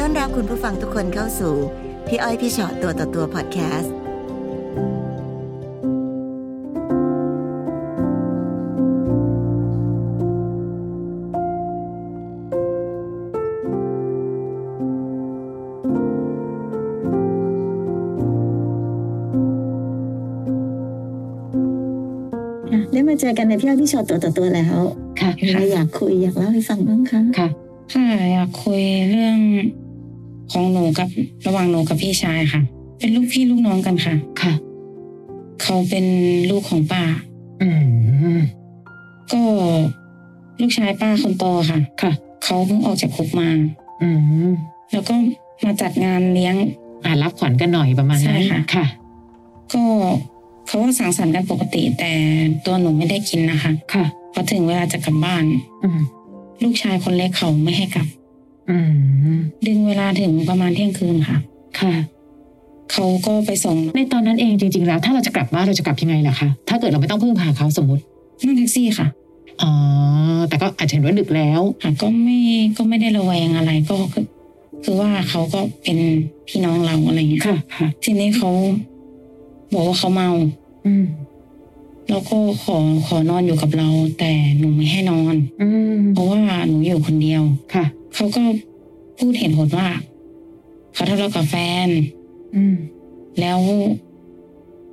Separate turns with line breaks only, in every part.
ต้อนรับคุณผู้ฟังทุกคนเข้าสู่ พี่อ้อยพี่ชอตตัวต่อตัวพอดแคสต์
ค่ะได้มาเจอกันในพี่อ้อยพี่ชอตตัวต่อตัวแล้ว
ค่ะ
มีอะไรอยากคุยอยากเล่าให้ฟังบ้างคะ
ค่ะค่ะอยากคุยเรื่องของหนูกับระหว่างหนูกับพี่ชายค่ะ เป็นลูกพี่ลูกน้องกันค่ะค่ะ เขาเป็นลูกของป้า
อืม
ก็ลูกชายป้าคนโตค่ะ
ค่ะ
เขาเพิ่งออกจากคุกมา
อืม
แล้วก็มาจัดงานเลี้ยง
อ่ารับขวัญกันหน่อยประมาณนั้น
ใช่ค่ะ
ค่ะ
ก็เขาก็สังสรรค์กันปกติ แต่ตัวหนูไม่ได้กินนะคะ
ค่ะ
พอถึงเวลาจะกลับบ้าน
อืม
ลูกชายคนเล็กเขาไม่ให้กลับ
อืม
ดึงเวลาถึงประมาณเที่ยงคืนค่ะ
ค่ะ
เขาก็ไปส่ง
ในตอนนั้นเองจริง ๆ แล้ว ถ้าเราจะกลับบ้านเราจะกลับยังไงล่ะคะ ถ้าเกิดเราไม่ต้องพึ่งพาเขาสมมติ
นั่งแท็กซี่ค่ะ
อ๋อ แต่ก็อาจจะเห็นว่าดึกแล้ว
ค่ะก็ไม่ก็ไม่ได้ระแวงอะไรก็คือคือว่าเขาก็เป็นพี่น้องเราอะไรอย่างเงี้ย
ค่ะ ค่ะ
ทีนี้เขาบอกว่าเขาเมา
อืม
แล้วก็ขอขอนอนอยู่กับเรา แต่หนูไม่ให้นอน
อืม
เพราะว่าหนูอยู่คนเดียว
ค่ะ
เขาก็พูดเหตุผลว่าเขาทะเลาะกับแฟน
อืม
แล้ว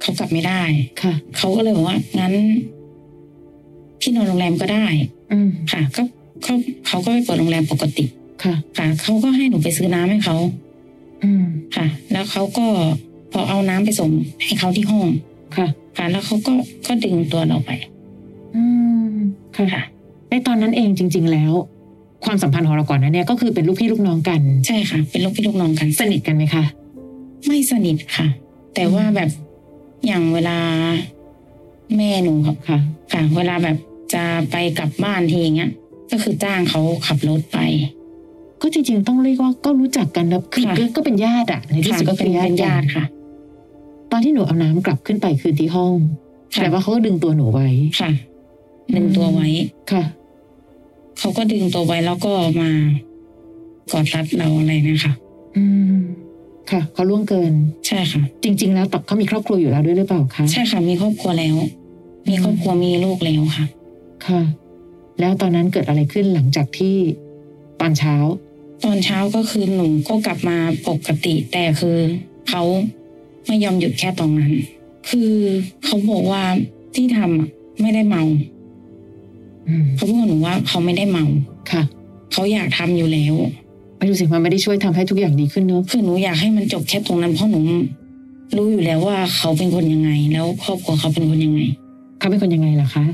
เขากลับไม่ได้
ค่ะ
เขาก็เลยบอกว่างั้นพี่นอนโรงแรมก็ได้
อืม
ค่ะ ก็เขาเขาก็ไปเปิดโรงแรมปกติ
ค่ะ
ค่ะเขาก็ให้หนูไปซื้อน้ำให้เขา
อืม
ค่ะ แล้วเขาก็พอเอาน้ำไปส่งให้เขาที่ห้อง
ค่ะ
ค่ะ แล้วเขาก็ก็ดึงตัวเราไป
อืม ค่ะ
ค่ะ
ในตอนนั้นเองจริง ๆ แล้ว ความสัมพันธ์ของเราก่อนหนั้นเนี่ยก็คือเป็นลูกพี่ลูกน้องกัน
ใช่ค่ะ เป็นลูกพี่ลูกน้องกัน
สนิทกันไหมคะ
ไม่สนิทค่ะ แต่ว่าแบบอย่างเวลาแม่หนูครับ
ค่ะ
ค่ะ เวลาแบบจะไปกลับบ้านทีอย่างเงี้ย ก็คือจ้างเขาขับรถไป
ก็จริงๆ ต้องเรียกว่าก็รู้จักกันแล้วคือ
ค่ะ
ก็ก็เป็นญาติอะในที่
ค่ะ
สุด
ก็
ก็
เป็
เป็น นญา
เป็
ติ
นญา
ญา
ติ
ติ
ค่ะ
ตอนที่หนูเอาน้ำกลับขึ้นไปคืนที่ห้อง
ค่ะ
แต่ว่าเขาก็ดึงตัวหนูไว้
ค่ะดึงตัวไว้
ค่ะ
เขาก็ดึงตัวไว้แล้วก็มากอดรัดเราอะไรนะคะ
อืม ค่ะเขาล่วงเกิน
ใช่ค่ะ
จริง ๆ แล้วตับเขามีครอบครัวอยู่แล้วด้วยหรือเปล่าคะ
ใช่ค่ะ มีครอบครัวแล้ว มีครอบครัวมีลูกแล้วค่ะ
ค่ะ แล้วตอนนั้นเกิดอะไรขึ้นหลังจากที่ตอนเช้า
ตอนเช้าก็คือหนูก็กลับมาปกติ แต่คือเขาไม่ยอมหยุดแค่ตรงนั้น คือเขาบอกว่าที่ทำอะไม่ได้เมา
อืม
เขาพูดกับหนูว่าเขาไม่ได้เมา
ค่ะ
เขาอยากทำอยู่แล้ว
ไม่รู้สิมันไม่ได้ช่วยทำให้ทุกอย่างดีขึ้นเนอะ
คือหนูอยากให้มันจบแค่ตรงนั้นเพราะหนูรู้อยู่แล้วว่าเขาเป็นคนยังไง แล้วครอบครัวเขาเป็นคนยังไง
เขาเป็นคนยังไงล่ะคะ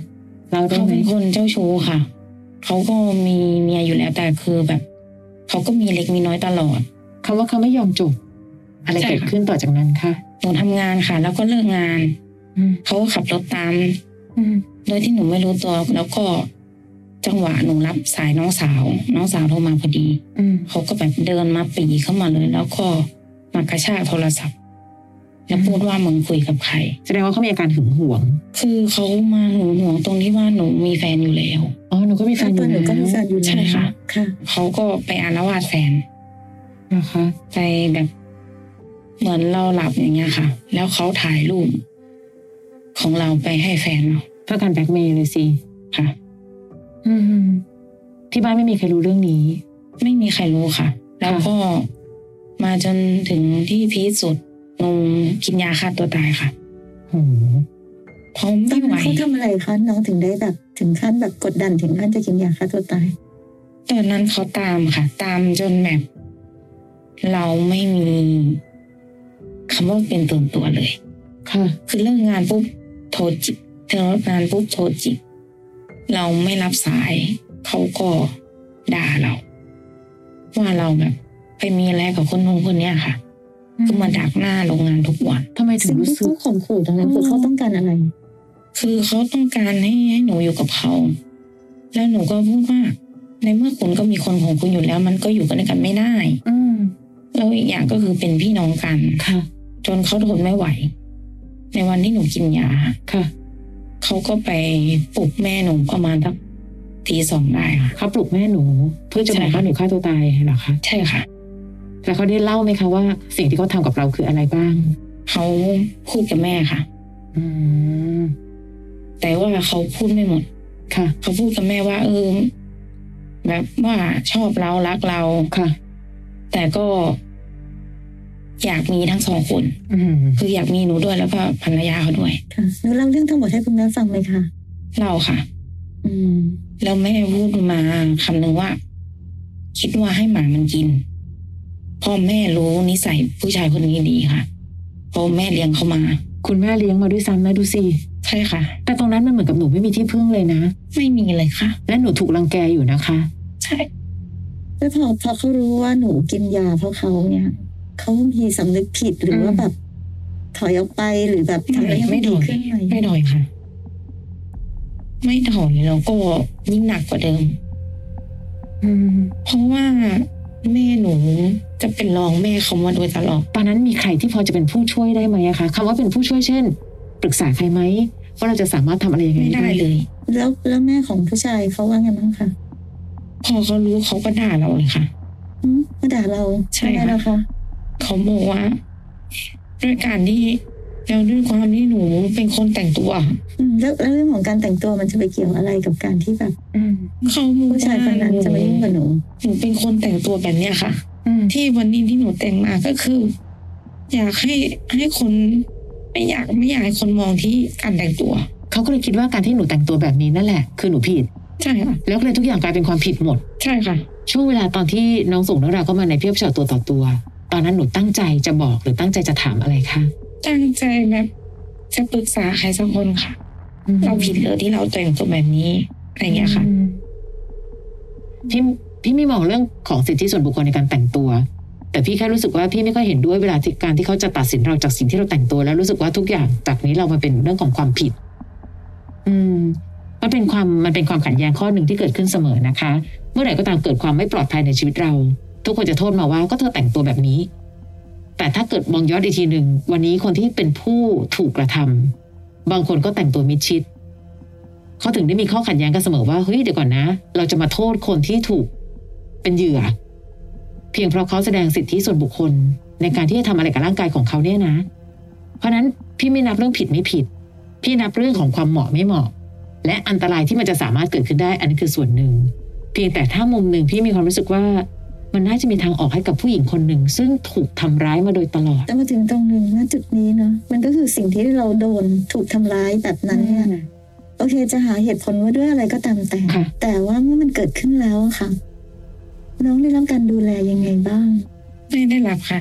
เราได้
เขา
ไหม
เป็นคนเจ้าชู้ค่ะเขาก็มีเมียอยู่แล้วแต่คือแบบเขาก็มีเล็กมีน้อยตลอด
คำว่าเขาไม่ยอมจบ อะไร
ใช่ค่ะ
เกิดขึ้นต่อจากนั้นคะ
หนูทำงานค่ะ แล้วก็เลิกงาน
อืม
เขาก็ขับรถตาม
อืม
โดยที่หนูไม่รู้ตัวแล้วก็จังหวะหนูรับสายน้องสาว น้องสาวโทรมาพอดี
อืม
เขาก็แบบเดินมาปรีเข้ามาเลย แล้วก็มากระชากโทรศัพท์ แล้วพูดว่ามึงคุยกับใคร
แสดงว่าเขามีอาการหึงหวง
คือเขามาหึงหวงตรงที่ว่าหนูมีแฟนอยู่แล้ว
อ๋อ หนูก็มีแฟนอยู่
ตอนหนู
แล้ว
ก็มีแฟนอยู่แล้ว
ใช่ค่ะ
ค่ะ
เขาก็ไปอารวาสแฟน
นะคะ
ไปแบบ เหมือนเราหลับอย่างเงี้ยค่ะ แล้วเขาถ่ายรูปของเราไปให้แฟนเรา
เพื่อการแบล็กเมย์เลยสิ
ค่ะ
อืม ที่บ้านไม่มีใครรู้เรื่องนี้
ไม่มีใครรู้ค่ะ แล้วก็มาจนถึงที่พีคสุดหนูกินยาฆ่าตัวตายค่ะ
โห
เพราะ
ตอ
ไม่
น
ไหว
นั้นเขาทำอะไรคะน้องถึงได้แบบถึงขั้นแบบกดดันถึงขั้นจะกินยาฆ่าตัวตาย
ตอนนั้นเขาตามค่ะ ตามจนแบบเราไม่มีคำว่าเป็นตัวตัวเลย
ค่ะ
คือเลิกงานปุ๊บโทรจิกเลิกงานปุ๊บโทรจิกเราไม่รับสาย เขาก็ด่าเรา ว่าเราแบบ ไปมีอะไรกับคนนู้นคนเนี้ยค่ะ ก็มาดักหน้าโรงงานทุกวัน
ทำไมถึง
สิ่ง
รู้
ที่
สึก
เขาข่มขู่ตรงนั้นคือเขาต้องการอะไร
คือเขาต้องการให้ให้หนูอยู่กับเขา แล้วหนูก็พูดว่า ในเมื่อคุณก็มีคนของคุณอยู่แล้ว มันก็อยู่กันด้วยกันไม่ได้
อืม
แล้วอีกอย่างก็คือเป็นพี่น้องกัน
ค่ะ
จนเขาทนไม่ไหว ในวันที่หนูกินยา
ค่ะ
เขาก็ไปปลุกแม่หนูประมาณสักตีสองได้ค่ะ
เขาปลุกแม่หนู เพื่อจะ
ใช่
บอก
ค่ะ
ว่าหนูฆ่าตัวตายเหรอคะ
ใช่ค่ะ
แล้วเขาได้เล่าไหมคะว่า สิ่งที่เขาทำกับเราคืออะไรบ้าง
เขาพูดกับแม่ค่ะ
อืม
แต่ว่าเขาพูดไม่หมด
ค่ะ
เขาพูดกับแม่ว่า เออแบบว่าชอบเรารักเรา
ค่ะ
แต่ก็ อยากมีทั้งสองคน
อืม
คืออยากมีหนูด้วยแล้วก็ภรรยาเขาด้วย
ค่ะหนูเล่าเรื่องทั้งหมดให้คุณแม่ฟังเลยค่ะ
เราค่ะ
อืม
แล้วแม่พูดมาคำหนึ่งว่า คิดว่าให้หมามันกินพ่อแม่รู้นิสัยผู้ชายคนนี้ดีค่ะเพราะแม่เลี้ยงเขามา
คุณแม่เลี้ยงมาด้วยซ้ำนะดูสิ
ใช่ค่ะ
แต่ตรงนั้นมันเหมือนกับหนูไม่มีที่พึ่งเลยนะ
ไม่มีเลยค่ะ
และหนูถูกรังแกอยู่นะคะ
ใช่
แล้วพอพอเขารู้ว่าหนูกินยาเพราะเขาเนี่ย เขามีสำนึกผิดหรือว่าแบบ ถอยออกไปหรือแบบทำอะไรให้มันดีขึ้นไหม
ไม่ดอยค่ะ ไม่ถอยแล้วก็ยิ่งหนักกว่าเดิม
อืม
เพราะว่าแม่หนูจะเป็นรองแม่เขามาโดยตลอด
ตอนนั้นมีใครที่พอจะเป็นผู้ช่วยได้ไหมอะคะคำว่าเป็นผู้ช่วยเช่น ปรึกษาใครไหมว่าเราจะสามารถทำอะไรยังไง
ไม่ได้เลย
แล้วแล้วแม่ของผู้ชายเขาว่าไงบ้างคะ
พอเขารู้เขาก็ด่าเราเลยค่ะ
อืมมาด่าเรา
ใช่
ไหม
ค่ะ
นะคะ
เขาบอกว่าด้วยการที่แล้วด้วยความที่หนูเป็นคนแต่งตัว
อืมแล้วแล้วเรื่องของการแต่งตัวมันจะไปเกี่ยวอะไรกับการที่แบบ
อืม
เขามอง
ผู้ชายคนนั้นจะมายุ่งกับหนู
หนูเป็นคนแต่งตัวแบบเนี้ยค่ะ
อืม
ที่วันนี้ที่หนูแต่งมาก็คือ อยากให้ให้คนไม่อยากไม่อยากให้คนมองที่การแต่งตัว
เขาก็เลยคิดว่าการที่หนูแต่งตัวแบบนี้นั่นแหละ คือหนูผิด
ใช่ค่ะ
แล้วก็เลยทุกอย่างกลายเป็นความผิดหมด
ใช่ค่ะ
ช่วงเวลาตอนที่น้องส่งเรื่องราวเข้ามาในเพียบเฉาตัวต่อตัว ตอนนั้นหนูตั้งใจจะบอกหรือตั้งใจจะถามอะไรคะ
ตั้งใจแบบจะปรึกษาใครสักคนค่ะ
อืม
เราผิดเลยที่เราแต่งตัวแบบนี้อะไรอย่างเงี้ยค่ะ
อืมพี่พี่ไม่มองเรื่องของสิทธิส่วนบุคคลในการแต่งตัว แต่พี่แค่รู้สึกว่าพี่ไม่ค่อยเห็นด้วยเวลาที่การที่เขาจะตัดสินเราจากสิ่งที่เราแต่งตัวแล้วรู้สึกว่าทุกอย่างจากนี้เรามาเป็นเรื่องของความผิด อืม มันเป็นความมันเป็นความขัดแย้งข้อหนึ่งที่เกิดขึ้นเสมอนะคะ เมื่อไหร่ก็ตามเกิดความไม่ปลอดภัยในชีวิตเรา ทุกคนจะโทษมาว่าก็เธอแต่งตัวแบบนี้ แต่ถ้าเกิดมองย้อนอีกทีหนึ่งวันนี้คนที่เป็นผู้ถูกกระทำบางคนก็แต่งตัวมิดชิดเขาถึงได้มีข้อขัดแย้งกันเสมอว่าเฮ้ยเดี๋ยวก่อนนะ เราจะมาโทษคนที่ถูกเป็นเหยื่อ เพียงเพราะเขาแสดงสิทธิส่วนบุคคล ในการที่จะทำอะไรกับร่างกายของเขาเนี่ยนะ เพราะฉะนั้นพี่ไม่นับเรื่องผิดไม่ผิด พี่นับเรื่องของความเหมาะไม่เหมาะ และอันตรายที่มันจะสามารถเกิดขึ้นได้อันนี้คือส่วนหนึ่ง เพียงแต่ถ้ามุมหนึ่งพี่มีความรู้สึกว่า มันน่าจะมีทางออกให้กับผู้หญิงคนหนึ่ง ซึ่งถูกทำร้ายมาโดยตลอด
แต่มาถึงตรงหนึ่งณจุดนี้เนาะมันก็คือสิ่งที่เราโดนถูกทำร้ายแบบนั้นเนี่ย โอเคจะหาเหตุผลว่าด้วยอะไรก็ตามแต่
ค่ะ
แต่ว่าเมื่อมันเกิดขึ้นแล้วอะค่ะ น้องได้รับการดูแลยังไงบ้าง
ไม่ได้รับค่ะ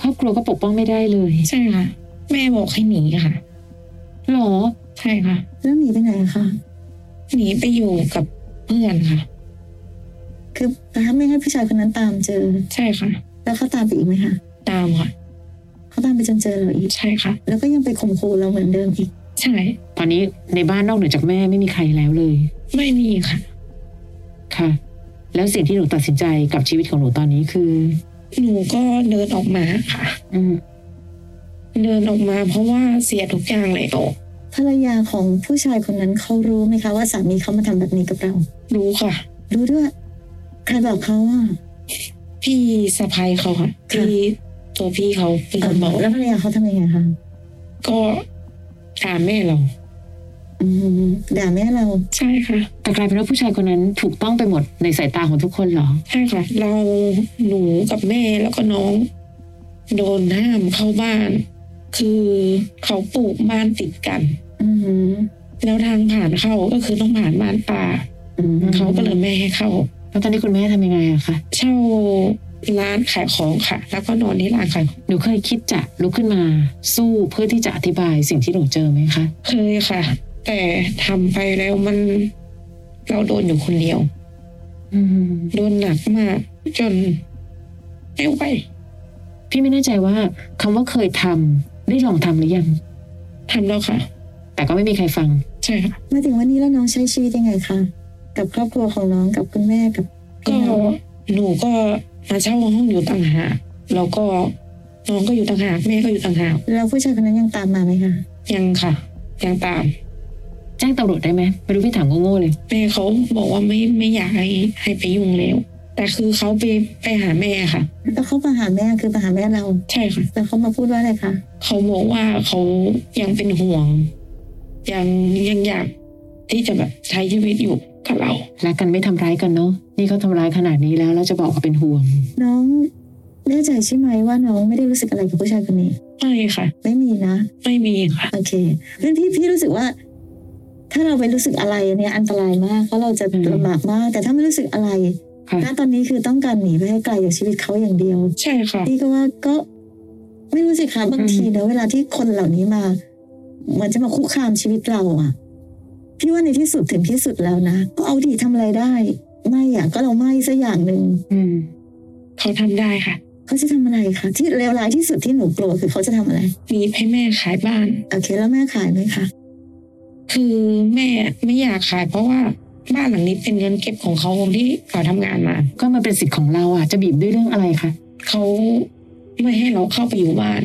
ครอบครัวก็ปกป้องไม่ได้เลย
ใช่ค่ะ แม่บอกให้หนีค่ะ
หรอ
ใช่ค่ะ
แล้วหนีไปไหนอะคะ
หนีไปอยู่กับเพื่อนค่ะ
คือถ้าไม่ให้ผู้ชายคนนั้นตามเจอ
ใช่ค่ะ
แล้วเขาตามไปอีกไหมคะ
ตามค่ะ
เขาตามไปจนเจอเราอีก
ใช่ค่ะ
แล้วก็ยังไปข่มขู่เราเหมือนเดิมอีก
ใช่
ตอนนี้ในบ้านนอกเหนือจากแม่ไม่มีใครแล้วเลย
ไม่มีค่ะ
ค่ะ แล้วสิ่งที่หนูตัดสินใจกับชีวิตของหนูตอนนี้คือ
หนูก็เดินออกมาค่ะ
อืม
เดินออกมาเพราะว่าเสียทุกอย่างเลยโอ้
ภรรยาของผู้ชายคนนั้นเขารู้ไหมคะว่าสามีเขามาทำแบบนี้กับเรา
รู้ค่ะ
รู้ด้วย ใครบอกเขาว่า
พี่สะพายเขาค่ะพี่ตัวพี่เขาเป็นคนบอก
แล้วภรรยาเขาทำยังไงคะ
ก็ตามแม่เรา
อืมด่าแม่เรา
ใช่ค่ะ
แต่กลายเป็นว่าผู้ชายคนนั้นถูกต้องไปหมดในสายตาของทุกคนเหรอ
ใช่ค่ะ เราหนูกับแม่แล้วก็น้อง โดนห้ามเข้าบ้าน คือเขาปลูกบ้านติดกัน
อืม
แล้วทางผ่านเข้าก็คือต้องผ่านบ้านป่า
อืม
เขาก็เลยไม่ให้เข้า
แล้วตอนนี้คุณแม่ทำยังไงอะคะ
เช่าร้านขายของค่ะ แล้วก็นอนที่ร้านขายของ
หนูเคยคิดจะลุกขึ้นมาสู้เพื่อที่จะอธิบายสิ่งที่หนูเจอไหมคะ
เคยค่ะ แต่ทำไปแล้วมันเราโดนอยู่คนเดียว
อืม
โดนหนักมาก จนไม่ไหว
พี่ไม่แน่ใจว่าคำว่าเคยทำได้ลองทำหรือยัง
ทำแล้วค่ะ
แต่ก็ไม่มีใครฟัง
ใช่ค่ะ
มาถึงวันนี้แล้วน้องใช้ชีวิตยังไงคะกับครอบครัวของน้องกับคุณแม่กับพี่
ก็
น้อง
หนูก็มาเช่าห้องอยู่ต่างหากแล้วก็น้องก็อยู่ต่างหากแม่ก็อยู่ต่างหาก
แล้วผู้ชายคนนั้นยังตามมาไหมคะ
ยังค่ะ ยังตาม
แจ้งตำรวจได้ไหมไม่รู้พี่ถามโง่ๆเลย
แม่เขาบอกว่าไม่ไม่อยากให้ให้ไปยุ่งแล้ว แต่คือเขาไปไปหาแม่ค่ะ
แล้วเขามาหาแม่คือมาหาแม่เรา
ใช่ค่ะ
แล้วเขามาพูดว่าอะไรคะ
เขาบอกว่าเขายังเป็นห่วง ยังยังอยากที่จะแบบใช้ชีวิตอยู่กับเรา
รักกันไม่ทำร้ายกันเนาะนี่เขาทำร้ายขนาดนี้แล้วแล้วจะบอกว่าเป็นห่วง
น้องแน่ใจใช่ไหมว่าน้องไม่ได้รู้สึกอะไรกับผู้ชายคนนี้
ไม่ค่ะ
ไม่มีนะ
ไม่มีค่ะ
โอเคเรื่องที่พี่รู้สึกว่า ถ้าเราไปรู้สึกอะไรอันเนี่ยอันตรายมากเพราะเราจะ
อืม
ลำบากมาก แต่ถ้าไม่รู้สึกอะไร
ค่ะ
ณตอนนี้คือต้องการหนีไปให้ไกลจากชีวิตเขาอย่างเดียว
ใช่ค่ะ
พี่ก็ว่าก็ ไม่รู้สิคะบางทีนะเวลาที่คนเหล่านี้มาเหมือนจะมาคุกคามชีวิตเราอะพี่ว่าในที่สุดถึงที่สุดแล้วนะก็เอาดีทำอะไรได้ ไม่อะก็เราไม่สักอย่างหนึ่ง
อืม
เขาทำได้ค่ะ
เขาจะทำอะไรคะที่เลวร้ายที่สุดที่หนูกลัวคือเขาจะทำอะไร
มีให้แม่ขายบ้าน
โอเค แล้วแม่ขายไหมคะ
คือแม่ไม่อยากขาย เพราะว่าบ้านหลังนี้เป็นเงินเก็บของเขาที่เขาทำงานมา
ก็มันเป็นสิทธิ์ของเราอ่ะจะบีบด้วยเรื่องอะไรคะ
เขาไม่ให้เราเข้าไปอยู่บ้าน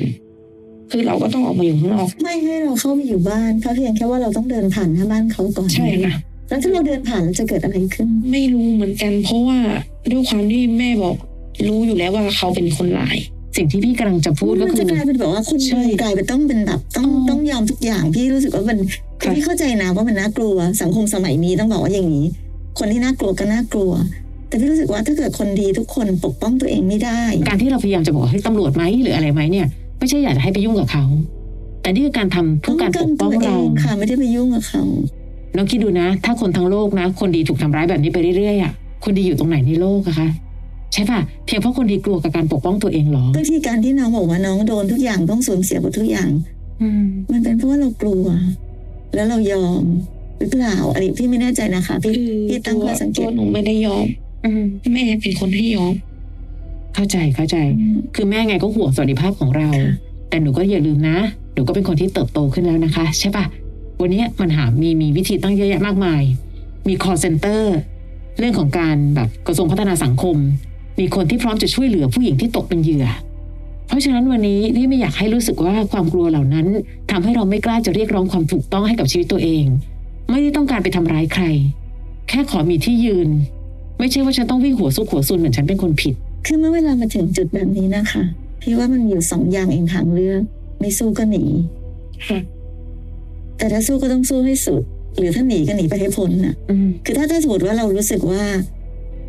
คือเราก็ต้องออกมาอยู่ข้างนอก
ไม่ให้เราเข้าไปอยู่บ้านเพราะเพียงแค่ว่าเราต้องเดินผ่านหน้าบ้านเขาก่อน
ใช่ค่ะ
แล้วถ้าเราเดินผ่านแล้วจะเกิดอะไรขึ้น
ไม่รู้เหมือนกัน เพราะว่าด้วยความที่แม่บอกรู้อยู่แล้วว่าเขาเป็นคนร้าย
สิ่งที่พี่กำลังจะพูดก็
มัน
คื
จะ
อ
กลายเป็นแบบว่าคน
ใช่
กลายเป็นต้องเป็นแบบต้อง
อ๋อ
ต้องยอมทุกอย่างพี่รู้สึกว่ามัน
ค่ะ
พี่เข้าใจนะว่ามันน่ากลัว สังคมสมัยนี้ต้องบอกว่าอย่างนี้ คนที่น่ากลัวก็น่ากลัว แต่พี่รู้สึกว่าถ้าเกิดคนดีทุกคนปกป้องตัวเองไม่ได้
การที่เราพยายามจะบอกให้ยตำรวจไหมหรืออะไรไหมเนี่ยไม่ใช่อยากจะให้ไปยุ่งกับเขา แต่นี่คือการทำเพื่อการปกป้อง
ตัวเอ
เรา
งค่ะไม่ได้ไปยุ่งกับเขา
น้องคิดดูนะ ถ้าคนทั้งโลกนะ คนดีถูกทำร้ายแบบนี้ไปเรื่อยๆอ่ะคนดีอยู่ตรงไหนในโลกอะคะใช่ป่ะเพียงเพราะคนดีกลัวกับการปกป้องตัวเองเหรอบ
างทีการที่น้องบอกว่าน้องโดนทุกอย่างต้องสูญเสียหมดทุกอย่าง
อืม
มันเป็นเพราะว่าเรากลัว แล้วเรายอมหรือเปล่าอันนี้พี่ไม่แน่ใจนะคะพี่
คือ
พี่ตั้งข้อสังเกต
ตัวหนูไม่ได้ยอม
อืม
แม่เป็นคนให้ยอม
เข้าใจเข้าใจ
อืม
คือแม่ไงก็ห่วงสวัสดิภาพของเรา
ค่ะ
แต่หนูก็อย่าลืมนะ หนูก็เป็นคนที่เติบโตขึ้นแล้วนะคะ ใช่ปะวันนี้มันหามีมีวิธีตั้งเยอะแยะมากมาย มี call center เรื่องของการแบบกระทรวงพัฒนาสังคม มีคนที่พร้อมจะช่วยเหลือผู้หญิงที่ตกเป็นเหยื่อ เพราะฉะนั้นวันนี้นี่ไม่อยากให้รู้สึกว่าความกลัวเหล่านั้นทำให้เราไม่กล้าจะเรียกร้องความถูกต้องให้กับชีวิตตัวเอง ไม่ได้ต้องการไปทำร้ายใคร แค่ขอมีที่ยืน ไม่ใช่ว่าฉันต้องวิ่งหัวซุกหัวซุนเหมือนฉันเป็นคนผิด
คือเมื่อเวลามาถึงจุดแบบนี้นะคะ พี่ว่ามันมีอยู่สองอย่างเองทางเลือกไม่สู้ก็หนี
ค่ะ
แต่ถ้าสู้ก็ต้องสู้ให้สุด หรือถ้าหนีก็หนีไปให้พ้นน่ะ
อืม
คือถ้าถ้าสมมติว่าเรารู้สึกว่า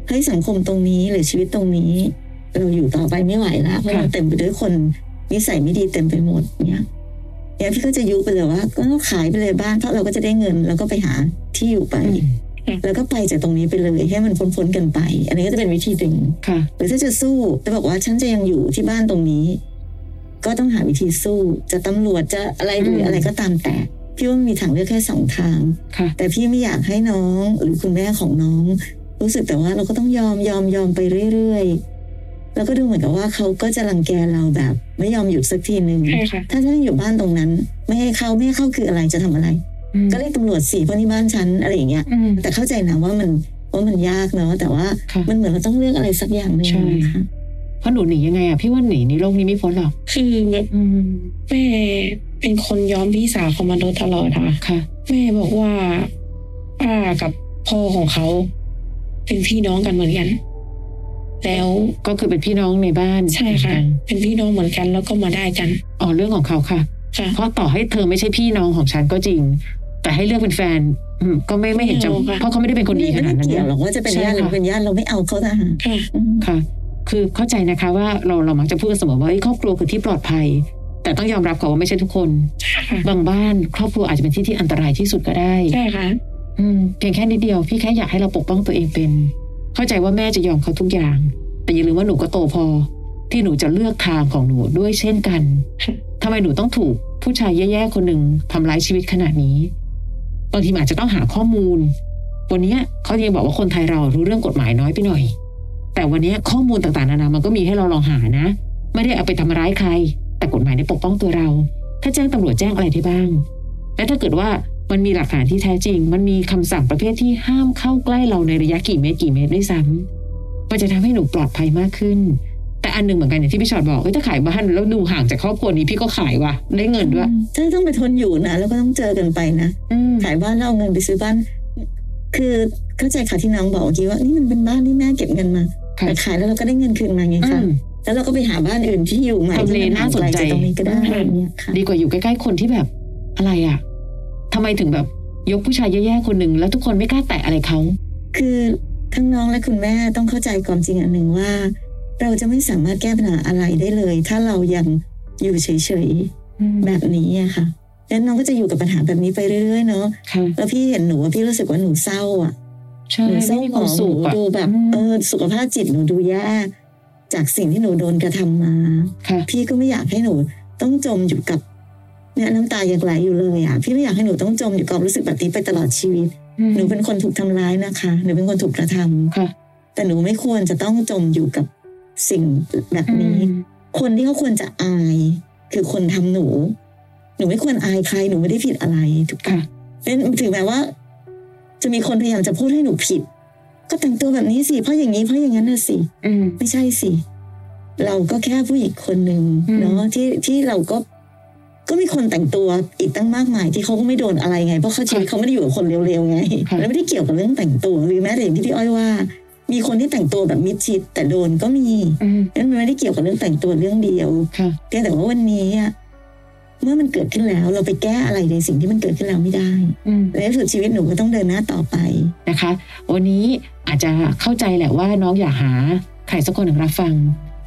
เฮ้ยสังคมตรงนี้หรือชีวิตตรงนี้ เราอยู่ต่อไปไม่ไหวละเพราะ
ค่ะ
มันเต็มไปด้วยคนนิสัยไม่ดีเต็มไปหมดเนี่ยเนี่ยพี่ก็จะยุไปเลยว่า ก็ขายไปเลยบ้านเพราะเราก็จะได้เงิน แล้วก็ไปหาที่อยู่ไป
อืม
แล้วก็ไปจากตรงนี้ไปเลยให้มันพ้นๆกันไป อันนี้ก็จะเป็นวิธีหนึ่ง
ค่ะ
หรือถ้าจะสู้จะบอกว่าฉันจะยังอยู่ที่บ้านตรงนี้ ก็ต้องหาวิธีสู้ จะตำรวจจะอะไรหรือ
ม
อะไรก็ตามแต่พี่ว่ามันมีทางเลือกแค่สองทาง
ค่ะ
แต่พี่ไม่อยากให้น้องหรือคุณแม่ของน้อง รู้สึกแต่ว่าเราก็ต้องยอมยอมยอมไปเรื่อยๆแล้วก็ดูเหมือนกับว่าเขาก็จะรังแกเราแบบ ไม่ยอมหยุดสักทีหนึ่ง
ใช่ค่ะ
ถ้าฉันอยู่บ้านตรงนั้น ไม่ให้เข้าไม่ให้เข้าคืออะไรจะทำอะไร
อืม
ก็เรียกตำรวจสิเพราะนี่บ้านฉันอะไรอย่างเงี้ย
อืม
แต่เข้าใจนะว่ามันว่ามันยากเนาะแต่ว่า
ค่ะ
มันเหมือนเราต้องเลือกอะไรสักอย่างหนึ่ง
ใช่
นะคะ
เพราะหนูหนียังไงอ่ะพี่ว่าหนีในโลกนี้ไม่พ้นหรอก
คือแบบ
อืม
แม่เป็นคนยอมพี่สาวเขามาโดยตลอดค่ะ
ค่ะ
แม่บอกว่าป้ากับพ่อของเขา เป็นพี่น้องกันเหมือนกัน แล้ว
ก็คือเป็นพี่น้องในบ้าน
ใช่ค่ะ เป็นพี่น้องเหมือนกันแล้วก็มาได้กัน
อ๋อเรื่องของเขาค่ะ
ค่ะ
เพราะต่อให้เธอไม่ใช่พี่น้องของฉันก็จริง แต่ให้เลือกเป็นแฟนอืมก็ไม่ไม่เห็นจะ
ไม่เอาค่ะ
เพราะเขาไม่ได้เป็นคนดีขนาดนั้น
ไม่ไเกี่ยวหร
นะ
อกว่าจะเป็น
ใช่
ญาติหรือ
ค่ะ
เป็นญาติเราไม่เอาเขาทหาร
ค่ะ
ค่ะ คือเข้าใจนะคะว่าเราเรามักจะพูดกันเสมอว่าเอ้ยครอบครัวคือที่ปลอดภัย แต่ต้องยอมรับก่อนว่าไม่ใช่ทุกคน
ค่ะ
บางบ้าน ครอบครัวอาจจะเป็นที่ที่อันตรายที่สุดก็ได้
ใช่ค่ะ
อืมเพียงแค่นิดเดียวพี่แค่อยากให้เราปกป้องตัวเองเป็น เข้าใจว่าแม่จะยอมเขาทุกอย่าง แต่อย่าลืมว่าหนูก็โตพอ ที่หนูจะเลือกทางของหนูด้วยเช่นกัน
ค่ะ
ทำไมหนูต้องถูกผู้ชายแย่ๆคนหนึ่งทำร้ายชีวิตขนาดนี้บางทีมันอาจจะต้องหาข้อมูล วันเนี้ยเขายังบอกว่าคนไทยเรารู้เรื่องกฎหมายน้อยไปหน่อย แต่วันเนี้ยข้อมูลต่างๆนานามันก็มีให้เราลองหานะ ไม่ได้เอาไปทำร้ายใคร แต่กฎหมายได้ปกป้องตัวเรา ถ้าแจ้งตำรวจแจ้งอะไรได้บ้าง และถ้าเกิดว่ามันมีหลักฐานที่แท้จริง มันมีคำสั่งประเภทที่ห้ามเข้าใกล้เราในระยะกี่เมตรกี่เมตรด้วยซ้ำมันจะทำให้หนูปลอดภัยมากขึ้น แต่อันหนึ่งเหมือนกันอย่างที่พี่ชอดบอกเอ้ยถ้าขายบ้านแล้วดูห่างจากครอบครัวนี้พี่ก็ขายว่ะได้เงินด้วย
ถ้าต้องไปทนอยู่นะแล้วก็ต้องเจอกันไปนะ
อืม
ขายบ้านแล้วเอาเงินไปซื้อบ้าน คือเข้าใจค่ะที่น้องบอกเมื่อกี้ว่านี่มันเป็นบ้านที่แม่เก็บเงินมา
ค่ะ
แต่ขายแล้วเราก็ได้เงินคืนมาไง
อื
คะ
ม
แล้วเราก็ไปหาบ้านอื่นที่อยู่ใหม่
ทำเล
ที่มั
น่าสนใจ
ห่งไกกตรงนี้ก็ได้
อืม
แบบเนี้ยค่ะ
ดีกว่าอยู่ใกล้ๆคนที่แบบอะไรอ่ะทำไมถึงแบบยกผู้ชายแย่ๆคนหนึ่งแล้วทุกคนไม่กล้าแตะอะไรเขา
คือทั้งน้องและคุณแม่ต้องเข้าใจความจริงอันหนึ่งว่า เราจะไม่สามารถแก้ปัญหาอะไรได้เลย ถ้าเรายังอยู่เฉยๆแบบนี้อะค่ะแล้วน้องก็จะอยู่กับปัญหาแบบนี้ไปเรื่อยๆเนาะ
ค่ะ
แล้วพี่เห็นหนูว่าพี่รู้สึกว่าหนูเศร้าอ่ะ
ใช่
หนูเศ
ไม่มี
ร้าห
ค
มอ
วาม
งห
สุ
นู
ขอะ
ดูแบบ
อืม
เออสุขภาพจิตหนูดูแย่จากสิ่งที่หนูโดนกระทำมา
ค่ะ
พี่ก็ไม่อยากให้หนูต้องจมอยู่กับเนี่ยน้ำตายังไหลอยู่เลยอ่ะพี่ไม่อยากให้หนูต้องจมอยู่กับความรู้สึกแบบนี้ไปตลอดชีวิต หนูเป็นคนถูกทำร้ายนะคะหนูเป็นคนถูกกระทำ
ค่ะ
แต่หนูไม่ควรจะต้องจมอยู่กับสิ่งแบบ
อื
นี้
ม
คนที่เขาควรจะอาย คือคนทำหนู หนูไม่ควรอายใครหนูไม่ได้ผิดอะไรถูกปะ
ค่ะ
เป็นถึงแม้ว่า จะมีคนพยายามจะพูดให้หนูผิด ก็แต่งตัวแบบนี้สิเพราะอย่างนี้เพราะอย่างนั้นน่ะสิ
อืม
ไม่ใช่สิ เราก็แค่ผู้หญิงคนหนึ่ง
อืม
เนาะที่ที่เราก็ ก็มีคนแต่งตัวอีกตั้งมากมาย ที่เขาก็ไม่โดนอะไรไงเพราะเขาชีวิตเขาไม่ได้อยู่กับคนเร็วๆไง
ค่ะ
แล้วไม่ได้เกี่ยวกับเรื่องแต่งตัวหรือแม้แต่อย่างที่พี่อ้อยว่า มีคนที่แต่งตัวแบบมิดชิดแต่โดนก็มี
อืม
นั่นมันไม่ได้เกี่ยวกับเรื่องแต่งตัวเรื่องเดียว
ค่ะ
เพียงแต่ว่าวันนี้อะเมื่อมันเกิดขึ้นแล้ว เราไปแก้อะไรในสิ่งที่มันเกิดขึ้นแล้วไม่ได้
อืม
ในที่สุดชีวิตหนูก็ต้องเดินหน้าต่อไป
นะคะวันนี้อาจจะเข้าใจแหละว่าน้องอยากหาใครสักคนหนึ่งรับฟัง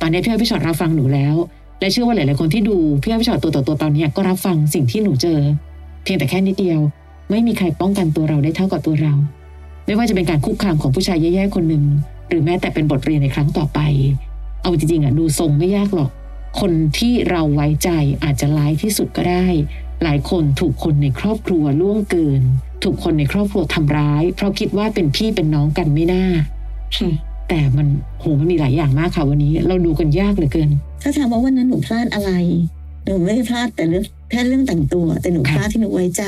ตอนนี้พี่อ้อยพี่ชอตรับฟังหนูแล้ว และเชื่อว่าหลายๆคนที่ดูพี่อ้อยพี่ชอตตัวต่อตัวตอนนี้ก็รับฟังสิ่งที่หนูเจอ เพียงแต่แค่นิดเดียว ไม่มีใครป้องกันตัวเราได้เท่ากับตัวเรา ไม่ว่าจะเป็นการคุกคามของผู้ชายแย่ๆคนหนึ่งหรือแม้แต่เป็นบทเรียนในครั้งต่อไป เอาจริงๆอ่ะดูทรงไม่ยากหรอก คนที่เราไว้ใจอาจจะร้ายที่สุดก็ได้ หลายคนถูกคนในครอบครัวล่วงเกิน ถูกคนในครอบครัวทำร้าย เพราะคิดว่าเป็นพี่เป็นน้องกันไม่น่า
ค่ะ
แต่มันโหมันมีหลายอย่างมากค่ะวันนี้ เราดูกันยากเหลือเกิน
ถ้าถามว่าวันนั้นหนูพลาดอะไร หนูไม่ได้พลาดแต่เรื่องแค่เรื่องแต่งตัว แต่หนูพลาดที่หนูไว้ใจ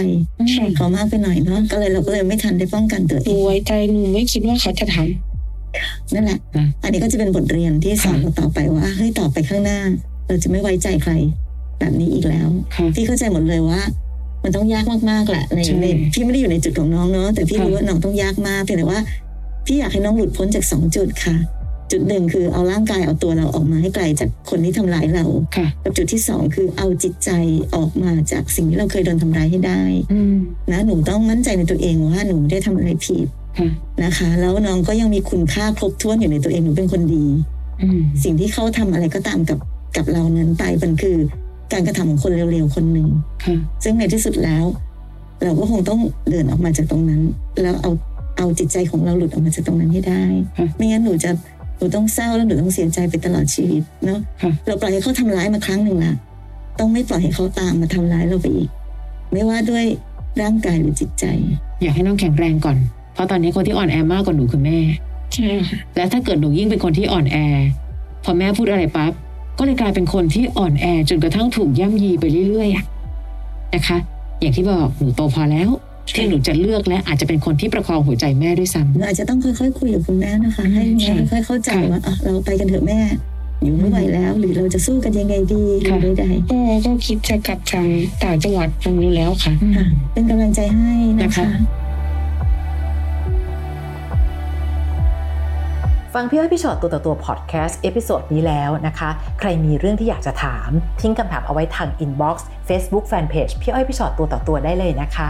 ใช่
เขามากไปหน่อยเนาะก็เลยเราก็เลยไม่ทันได้ป้องกันตัว
ห
เอ
นู
ง
ไว้ใจหนูไม่คิดว่าเขาจะทำ
นั่นแหละ
นะ
อันนี้ก็จะเป็นบทเรียนที่สอนเราต่อไปว่าเฮ้ยต่อไปข้างหน้า เราจะไม่ไว้ใจใคร แบบนี้อีกแล้ว
ค่ะ
พี่เข้าใจหมดเลยว่า มันต้องยากมากๆแหละใน
ใช่
ในพี่ไม่ได้อยู่ในจุดของน้องเนาะแต่พี่
ค่ะ
รู้ว่าน้องต้องยากมากเพียงแต่ว่า พี่อยากให้น้องหลุดพ้นจากสองจุดค่ะ จุดหนึ่งคือเอาร่างกายเอาตัวเราออกมาให้ไกลจากคนที่ทำร้ายเรา
ค่ะ
กับจุดที่สองคือเอาจิตใจออกมาจากสิ่งที่เราเคยโดนทำร้ายให้ได้
อืม
นะหนูต้องมั่นใจในตัวเองว่าหนูไม่ได้ทำอะไรผิด
ค่ะ
นะคะ แล้วน้องก็ยังมีคุณค่าครบถ้วนอยู่ในตัวเองหนูเป็นคนดี
อืม
สิ่งที่เขาทำอะไรก็ตามกับกับเรานั้นไปมันคือ การกระทำของคนเร็วๆคนหนึ่ง
ค่ะ
ซึ่งในที่สุดแล้ว เราก็คงต้องเดินออกมาจากตรงนั้น แล้วเอาเอาจิตใจของเราหลุดออกมาจากตรงนั้นให้ได้
ค่ะ
ไม่งั้นหนูจะหนูต้องเศร้าแล้วหนูต้องเสียใจไปตลอดชีวิตเนาะ
ค่ะ
เราปล่อยให้เขาทำร้ายมาครั้งหนึ่งละต้องไม่ปล่อยให้เขาตามมาทำร้ายเราไปอีก ไม่ว่าด้วยร่างกายหรือจิตใจ
อยากให้น้องแข็งแรงก่อน เพราะตอนนี้คนที่อ่อนแอมากกว่าหนูคือแม่
ใช่ค่ะ
และถ้าเกิดหนูยิ่งเป็นคนที่อ่อนแอ พอแม่พูดอะไรปั๊บก็เลยกลายเป็นคนที่อ่อนแอจนกระทั่งถูกย่ำยีไปเรื่อยๆอะนะคะ อย่างที่บอกหนูโตพอแล้ว ที่หนูจะเลือกและอาจจะเป็นคนที่ประคองหัวใจแม่ด้วยซ้
เราอาจจะต้องค่อยๆคุยกับคุณแม่นะคะ ให้
ใช่
แม่ค่อยๆเข้าใจ
ค่ะ
ว่าอ่ะเราไปกันเถอะแม่ อยู่ไม่ไหวแล้ว หรือเราจะสู้กันยังไงดีหรือ
ค่ะ
ใด
ก็ก็คิดจะกลับทางต่างจังหวัดมันอยู่แล้วค่ะ
ๆค่ะ
ำ
เป็นกำลังใจให้นะ
นะคะ
คะ
ฟังพี่อ้อยพี่ชอตตัวต่อตัวพอดแคสต์เอพิโซดนี้แล้วนะคะ ใครมีเรื่องที่อยากจะถาม ทิ้งคำถามเอาไว้ทางอินบ็อกซ์เฟซบุ๊กแฟนเพจพี่อ้อยพี่ชอตตัวต่อตัวได้เลยนะคะ